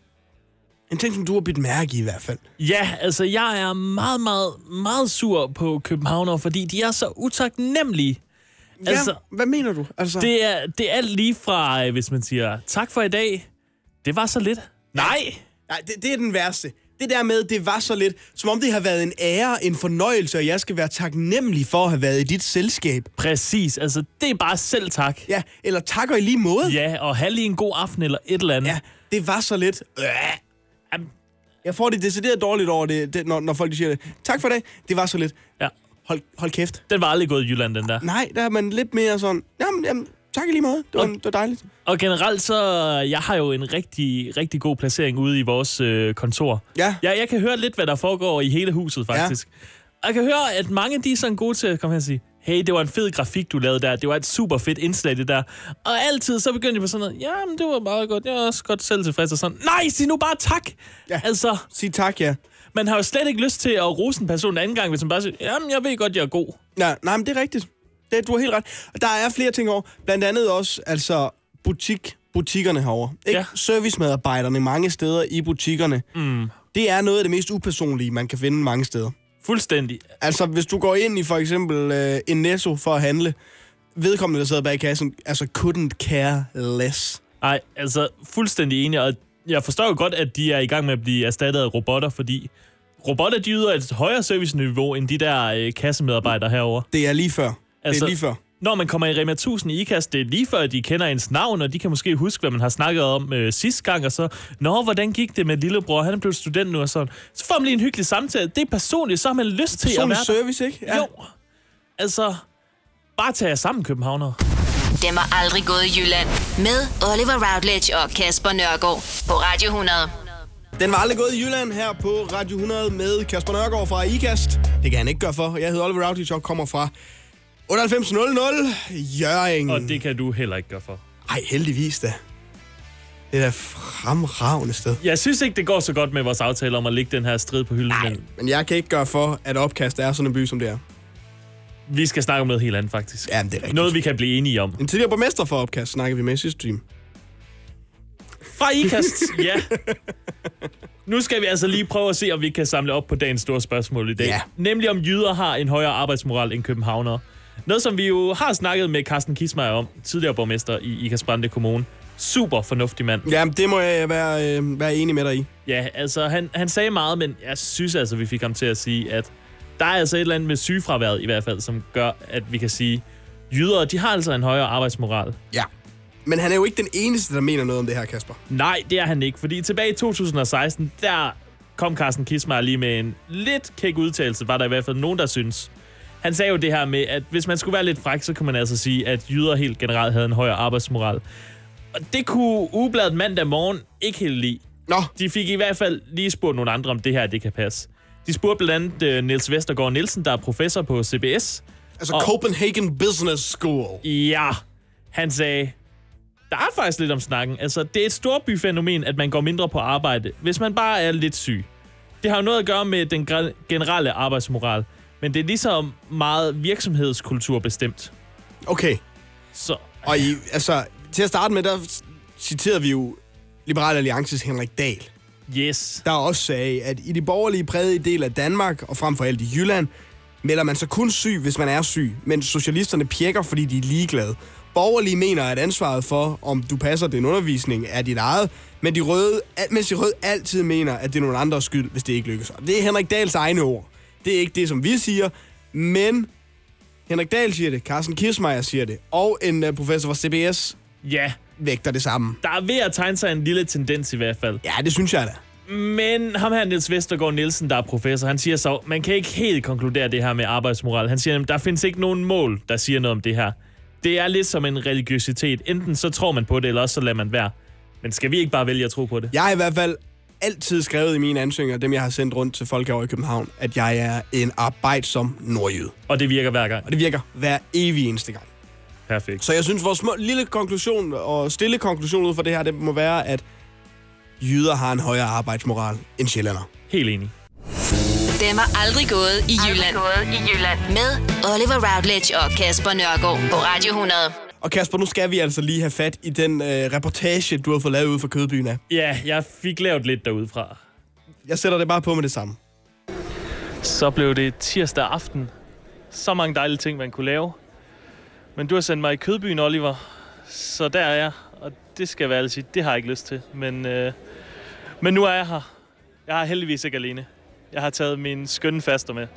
B: En ting, som du har bidt mærke i i hvert fald.
C: Ja, altså, jeg er meget, meget, meget sur på københavnere, fordi de er så utaknemmelige. Altså,
B: ja, hvad mener du? Altså, det...
C: det er, det er alt lige fra, øh, hvis man siger, tak for i dag. Det var så lidt. Nej!
B: Nej, det, det er den værste. Det der med, det var så lidt, som om det har været en ære, en fornøjelse, og jeg skal være taknemmelig for at have været i dit selskab.
C: Præcis, altså, det er bare selv tak.
B: Ja, eller tak og i lige måde.
C: Ja, og have lige en god aften eller et eller andet.
B: Ja, det var så lidt. Øh.
C: Jamen.
B: Jeg får det decideret dårligt over det, det når, når folk de siger det. Tak for det. Det var så lidt.
C: ja.
B: Hold, hold kæft.
C: Den var aldrig gået i Jylland, den der.
B: Nej, der er man lidt mere sådan, jamen, jamen tak i lige meget. Det var, det var dejligt.
C: Og generelt så, jeg har jo en rigtig, rigtig god placering ude i vores øh, kontor.
B: Ja.
C: Jeg, jeg kan høre lidt, hvad der foregår i hele huset, faktisk. Ja. Og jeg kan høre, at mange de er sådan gode til at komme hen og sige, hey, det var en fed grafik, du lavede der. Det var et super fedt indslag, det der. Og altid så begyndte de på sådan noget, jamen, det var meget godt. Jeg er også godt selv tilfreds og sådan. Nej, sig nu bare tak!
B: Ja.
C: Altså,
B: Sig tak, ja.
C: Man har jo slet ikke lyst til at rose en person en anden gang, hvis man bare siger, jamen, jeg ved godt, jeg er god.
B: Nej, nej men det er rigtigt. Det, du har helt ret. Og der er flere ting over. Blandt andet også, altså, butik, butikkerne herovre. Ikke? Ja. Servicemedarbejderne mange steder i butikkerne.
C: Mm.
B: Det er noget af det mest upersonlige, man kan finde mange steder.
C: Fuldstændig.
B: Altså, hvis du går ind i for eksempel øh, en Netto for at handle, vedkommende, der sidder bag kassen, altså couldn't care less.
C: Nej, altså fuldstændig enig, og jeg forstår jo godt, at de er i gang med at blive erstattet af robotter, fordi robotter, de yder et højere serviceniveau end de der øh, kassemedarbejdere herover.
B: Det er lige før. Altså, det er lige før.
C: Når man kommer i Rema 1000 i IKAS, det er lige før, de kender ens navn, og de kan måske huske, hvad man har snakket om øh, sidste gang, og så, nå, hvordan gik det med lillebror, han er blevet student nu, og sådan. Så får man lige en hyggelig samtale. Det er personligt, så har man lyst til at
B: Personlig
C: være der.
B: service, ikke?
C: Ja. Jo, altså, bare tag jer sammen, københavnere.
A: Dem har aldrig gået i Jylland. Med Oliver Routledge og Kasper Nørgaard på Radio 100.
B: Den var aldrig gået i Jylland her på Radio 100 med Kasper Nørgaard fra IKAST. Det kan han ikke gøre for. Jeg hedder Oliver Routledge og kommer fra 98.00 Jørgen.
C: Og det kan du heller ikke gøre for.
B: Ej, heldigvis da. Det er da fremragende sted.
C: Jeg synes ikke, det går så godt med vores aftale om at lægge den her strid på hylden. men
B: Men jeg kan ikke gøre for, at opkast er sådan en by, som det er.
C: Vi skal snakke om noget helt andet, faktisk.
B: Jamen, det er rigtigt.
C: Noget, vi kan blive enige om.
B: En tidligere borgmester for opkast snakkede vi med i sidste time.
C: Fra IKAST, ja. Nu skal vi altså lige prøve at se, om vi kan samle op på dagens store spørgsmål i dag.
B: Ja.
C: Nemlig om jyder har en højere arbejdsmoral end københavnere. Noget, som vi jo har snakket med Carsten Kismar om, tidligere borgmester i IKAST Brande Kommune. Super fornuftig mand.
B: Jamen, det må jeg være, øh, være enig med dig i.
C: Ja, altså han, han sagde meget, men jeg synes altså, vi fik ham til at sige, at der er altså et eller andet med sygefraværet i hvert fald, som gør, at vi kan sige, jyder, de har altså en højere arbejdsmoral.
B: Ja. Men han er jo ikke den eneste, der mener noget om det her, Kasper.
C: Nej, det er han ikke, fordi tilbage i 2016, der kom Carsten Kismar lige med en lidt kæk udtalelse, var der i hvert fald nogen, der synes. Han sagde jo det her med, at hvis man skulle være lidt fræk, så kunne man altså sige, at jyder helt generelt havde en højere arbejdsmoral. Og det kunne Ugebladet mandag morgen ikke helt lide.
B: Nå.
C: De fik i hvert fald lige spurgt nogle andre, om det her det kan passe. De spurgte blandt andet uh, Niels Vestergaard Nielsen, der er professor på CBS.
B: Altså Copenhagen Business School.
C: Ja, han sagde, der er faktisk lidt om snakken. Altså, det er et storbyfænomen, at man går mindre på arbejde, hvis man bare er lidt syg. Det har jo noget at gøre med den gra- generelle arbejdsmoral, men det er ligesom meget virksomhedskultur bestemt.
B: Okay.
C: Så.
B: Og I, altså, til at starte med, der s- citerede vi jo Liberal Alliances Henrik Dahl.
C: Yes.
B: Der også sagde, at i de borgerlige prægede del af Danmark, og frem for alt i Jylland, melder man sig kun syg, hvis man er syg, men socialisterne pjekker, fordi de er ligeglade. Borgerlige mener, at ansvaret for, om du passer din undervisning, er dit eget, men de røde, al- mens de røde altid mener, at det er nogen andres skyld, hvis det ikke lykkes. Og det er Henrik Dahls egne ord. Det er ikke det, som vi siger, men Henrik Dahl siger det, Carsten Kirsmeier siger det, og en øh, professor fra CBS
C: Ja,
B: vægter det samme.
C: der er ved at tegne sig en lille tendens i hvert fald.
B: Ja, det synes jeg da.
C: Men ham her, Niels Vestergaard Nielsen, der er professor, han siger så, man kan ikke helt konkludere det her med arbejdsmoral. Han siger, at der findes ikke nogen mål, der siger noget om det her. Det er lidt som en religiøsitet. Enten så tror man på det, eller også så lader man være. Men skal vi ikke bare vælge at tro på det?
B: Jeg har i hvert fald altid skrevet i mine ansøgninger, dem jeg har sendt rundt til folk over i København, at jeg er en arbejdsom nordjyde.
C: Og det virker hver gang.
B: Og det virker hver evig eneste gang.
C: Perfekt.
B: Så jeg synes, vores små, lille konklusion og stille konklusion ud fra det her, det må være, at jyder har en højere arbejdsmoral end sjællænder.
C: Helt enig.
A: Dem har aldrig gået i Jylland. Gået i Jylland. Med Oliver Routledge og Kasper Nørgaard på Radio 100.
B: Og Kasper, nu skal vi altså lige have fat i den øh, reportage, du har fået lavet ude fra Kødbyen af.
C: Ja, jeg fik lavet lidt derudefra.
B: Jeg sætter det bare på med det samme.
C: Så blev det tirsdag aften. Så mange dejlige ting, man kunne lave. Men du har sendt mig i Kødbyen, Oliver. Så der er jeg. Og det skal jeg være ærlig sige, det har jeg ikke lyst til. Men, øh, men nu er jeg her. Jeg er heldigvis ikke alene. Jeg har taget min skønne faster med.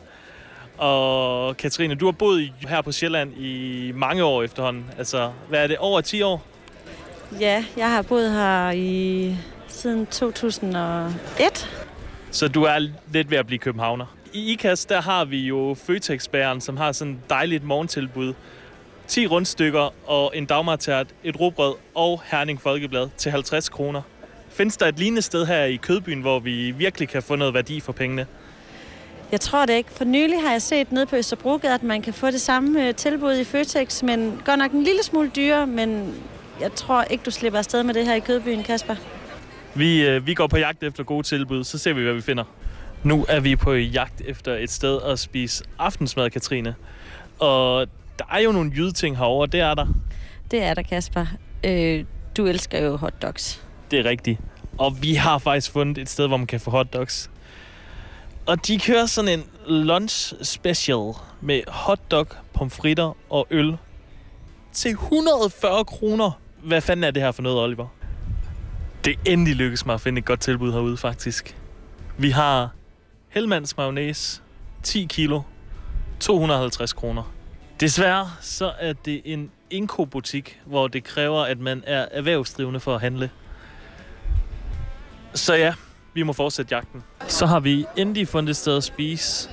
C: Og Katrine, du har boet i- her på Sjælland i mange år efterhånden. Altså, hvad er det? Over 10 år?
M: Ja, jeg har boet her i siden 2001.
C: Så du er lidt ved at blive københavner. I IKAS, der har vi jo føtex som har sådan et dejligt morgentilbud. 10 rundstykker og en dagmartært, et råbrød og Herning Folkeblad til 50 kroner. Findes der et lignende sted her i Kødbyen, hvor vi virkelig kan få noget værdi for pengene?
M: Jeg tror det ikke. For nylig har jeg set nede på Østerbrogade, at man kan få det samme øh, tilbud i Føtex, men godt nok en lille smule dyrere, men jeg tror ikke, du slipper afsted med det her i Kødbyen, Kasper.
C: Vi, øh, vi går på jagt efter gode tilbud, så ser vi, hvad vi finder. Nu er vi på jagt efter et sted at spise aftensmad, Katrine. Og der er jo nogle jydeting herovre, det er der.
M: Det er der, Kasper. Øh, du elsker jo hotdogs.
C: Det er rigtigt. Og vi har faktisk fundet et sted, hvor man kan få hotdogs. Og de kører sådan en lunch special med hotdog, pomfritter og øl til 140 kroner. Hvad fanden er det her for noget, Oliver? Det er endelig lykkedes mig at finde et godt tilbud herude, faktisk. Vi har Hellmanns mayonnaise, 10 kilo, 250 kroner. Desværre så er det en inko-butik, hvor det kræver, at man er erhvervsdrivende for at handle. Så ja, vi må fortsætte jagten. Så har vi endelig fundet et sted at spise.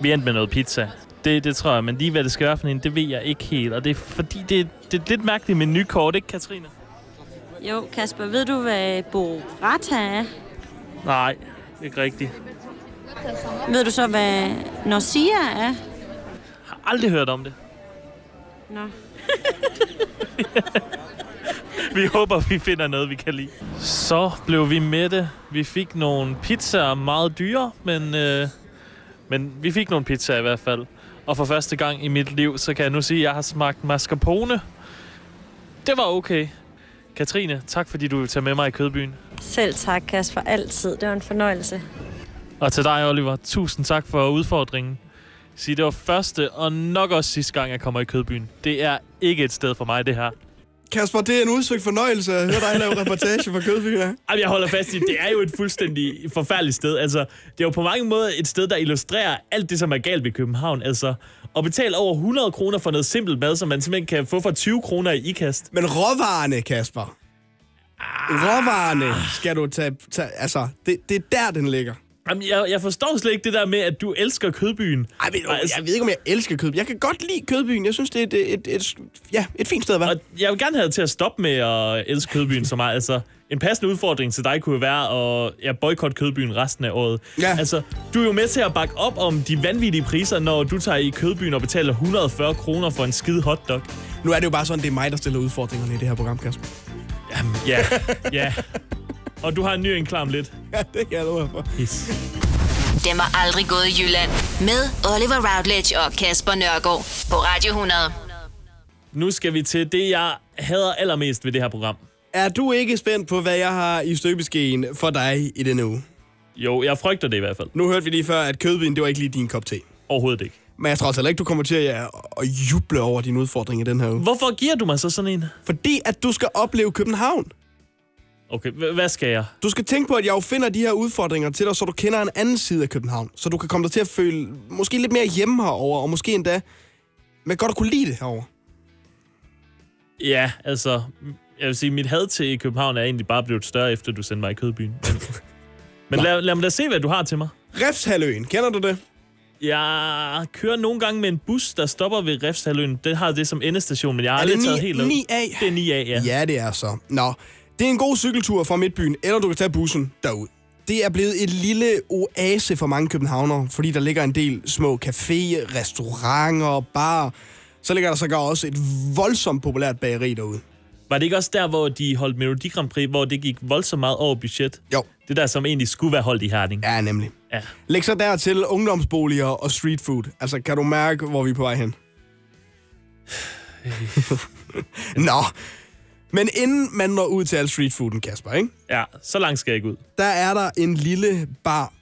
C: Vi endte med noget pizza. Det, det tror jeg, men lige hvad det skal være for en, det ved jeg ikke helt. Og det er fordi, det, det er et lidt mærkeligt menukort, ikke Katrine?
M: Jo, Kasper, ved du, hvad burrata er?
C: Nej, ikke rigtigt.
M: Ved du så, hvad norsia er?
C: Jeg har aldrig hørt om det.
M: Nå.
C: Vi håber, vi finder noget, vi kan lide. Så blev vi med det. Vi fik nogle pizzaer, meget dyre, men, øh, men vi fik nogle pizzaer i hvert fald. Og for første gang i mit liv, så kan jeg nu sige, at jeg har smagt mascarpone. Det var okay. Katrine, tak fordi du vil tage med mig i kødbyen.
M: Selv tak, Kasper, altid. Det var en fornøjelse.
C: Og til dig, Oliver, tusind tak for udfordringen. Sige, det var første og nok også sidste gang, jeg kommer i kødbyen. Det er ikke et sted for mig, det her.
B: Kasper, det er en udsøgt fornøjelse at høre dig lave reportage fra Kødbyen.
C: Jamen, jeg holder fast i, det er jo et fuldstændig forfærdeligt sted. Altså, det er jo på mange måder et sted, der illustrerer alt det, som er galt ved København. Altså, at betale over 100 kroner for noget simpelt mad, som man simpelthen kan få for 20 kroner i ikast.
B: Men råvarerne, Kasper. Ah. Råvarerne skal du tage... tage altså, det, det er der, den ligger.
C: Jamen, jeg, jeg forstår slet ikke det der med, at du elsker kødbyen. altså,
B: Ej, men, jeg ved ikke, om jeg elsker Kødbyen. Jeg kan godt lide Kødbyen. Jeg synes, det er et, et, et, et, ja, et fint sted at være.
C: Og jeg vil gerne have dig til at stoppe med at elske kødbyen så meget. Altså, en passende udfordring til dig kunne jo være at ja, boykotte kødbyen resten af året.
B: Ja.
C: Altså, du er jo med til at bakke op om de vanvittige priser, når du tager i kødbyen og betaler 140 kroner for en skide hotdog.
B: Nu er det jo bare sådan, det er mig, der stiller udfordringerne i det her program, Kasper.
C: Jamen, ja, ja. Og du har en ny en klar om lidt.
B: Ja, det kan jeg love jer for.
C: Yes.
A: Den var aldrig gået i Jylland. Med Oliver Routledge og Kasper Nørgaard på Radio 100.
C: Nu skal vi til det, jeg hader allermest ved det her program.
B: Er du ikke spændt på, hvad jeg har i støbeskeen for dig i denne uge?
C: Jo, jeg frygter det i hvert fald.
B: Nu hørte vi lige før, at kødvin, det var ikke lige din kop te.
C: Overhovedet ikke.
B: Men jeg tror altså heller ikke, du kommer til at, at juble over din udfordring i den her uge.
C: Hvorfor giver du mig så sådan en?
B: Fordi at du skal opleve København.
C: Okay, h- hvad skal jeg?
B: Du skal tænke på, at jeg jo finder de her udfordringer til dig, så du kender en anden side af København. Så du kan komme dig til at føle måske lidt mere hjemme herover og måske endda men godt at kunne lide det herover.
C: Ja, altså, jeg vil sige, mit had til København er egentlig bare blevet større, efter du sendte mig i kødbyen. Men, men lad, lad mig da se, hvad du har til mig.
B: Refshaløen, kender du det?
C: Jeg kører nogle gange med en bus, der stopper ved Refshaløen. Den har det som endestation, men jeg har
B: er det
C: aldrig taget helt ud.
B: 9A?
C: Det er 9A, ja.
B: Ja, det er så. Nå, det er en god cykeltur fra Midtbyen, eller du kan tage bussen derud. Det er blevet et lille oase for mange københavnere, fordi der ligger en del små caféer, restauranter, barer. Så ligger der sågar også et voldsomt populært bageri derude.
C: Var det ikke også der, hvor de holdt Melodi Grand Prix, hvor det gik voldsomt meget over budget?
B: Jo.
C: Det der, som egentlig skulle være holdt i Herning.
B: Ja, nemlig.
C: Ja.
B: Læg så dertil ungdomsboliger og street food. Altså, kan du mærke, hvor vi er på vej hen? Nå, men inden man når ud til al streetfooden, Kasper, ikke?
C: ja, så langt skal jeg ikke ud.
B: der er der en lille bar,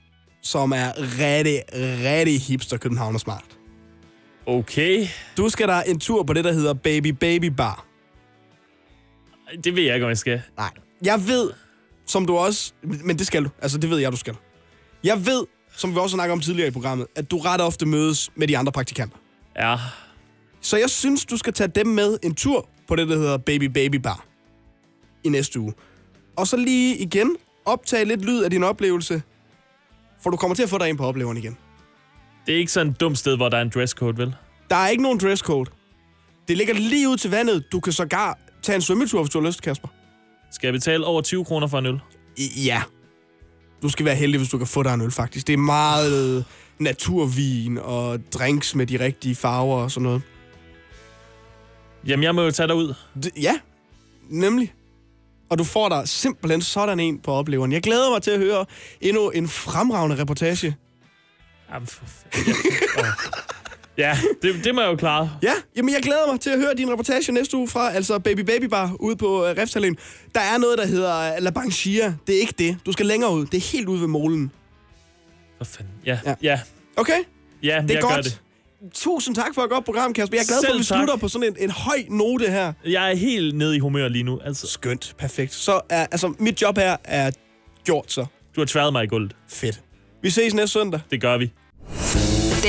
B: som er rigtig, rigtig hipster København og smart.
C: Okay,
B: Du skal der en tur på det, der hedder Baby Baby Bar.
C: det ved jeg ikke, om jeg skal.
B: Nej. Jeg ved, som du også... Men det skal du. Altså, det ved jeg, du skal. Jeg ved, som vi også snakkede om tidligere i programmet, at du ret ofte mødes med de andre praktikanter.
C: Ja,
B: Så jeg synes, du skal tage dem med en tur på det, der hedder Baby Baby Bar i næste uge. Og så lige igen optage lidt lyd af din oplevelse, for du kommer til at få dig ind på opleveren igen.
C: det er ikke sådan et dumt sted, hvor der er en dresscode, vel?
B: Der er ikke nogen dresscode. Det ligger lige ud til vandet. Du kan sågar tage en svømmetur, hvis du har lyst, Kasper.
C: Skal jeg betale over 20 kroner for en øl?
B: I- Ja. Du skal være heldig, hvis du kan få dig en øl, faktisk. Det er meget naturvin og drinks med de rigtige farver og sådan noget.
C: Jamen, jeg må jo tage dig ud.
B: Det, ja, nemlig. og du får der simpelthen sådan en på opleveren. Jeg glæder mig til at høre endnu en fremragende reportage.
C: Jamen, for Ja, det, det må jeg jo klare.
B: Ja, jamen jeg glæder mig til at høre din reportage næste uge fra altså Baby Baby Bar ude på øh, Reftalén. Der er noget, der hedder øh, La Banchia. Det er ikke det. Du skal længere ud. Det er helt ude ved molen.
C: For fanden. Ja, ja. ja.
B: Okay?
C: Ja,
B: det er
C: jeg
B: godt.
C: gør det.
B: Tusind tak for et godt program, Kasper. Jeg er glad for, at vi
C: Selv tak.
B: slutter på sådan en, en høj note her.
C: Jeg er helt nede i humør lige nu. Altså.
B: Skønt. Perfekt. Så er, altså, mit job her er gjort så.
C: Du har tværet mig i gulvet.
B: Fedt. Vi ses næste søndag.
C: Det gør vi.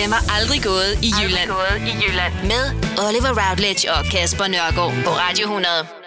A: Den var aldrig gået i Jylland. Aldrig gået i Jylland. Med Oliver Routledge og Kasper Nørgaard på Radio 100.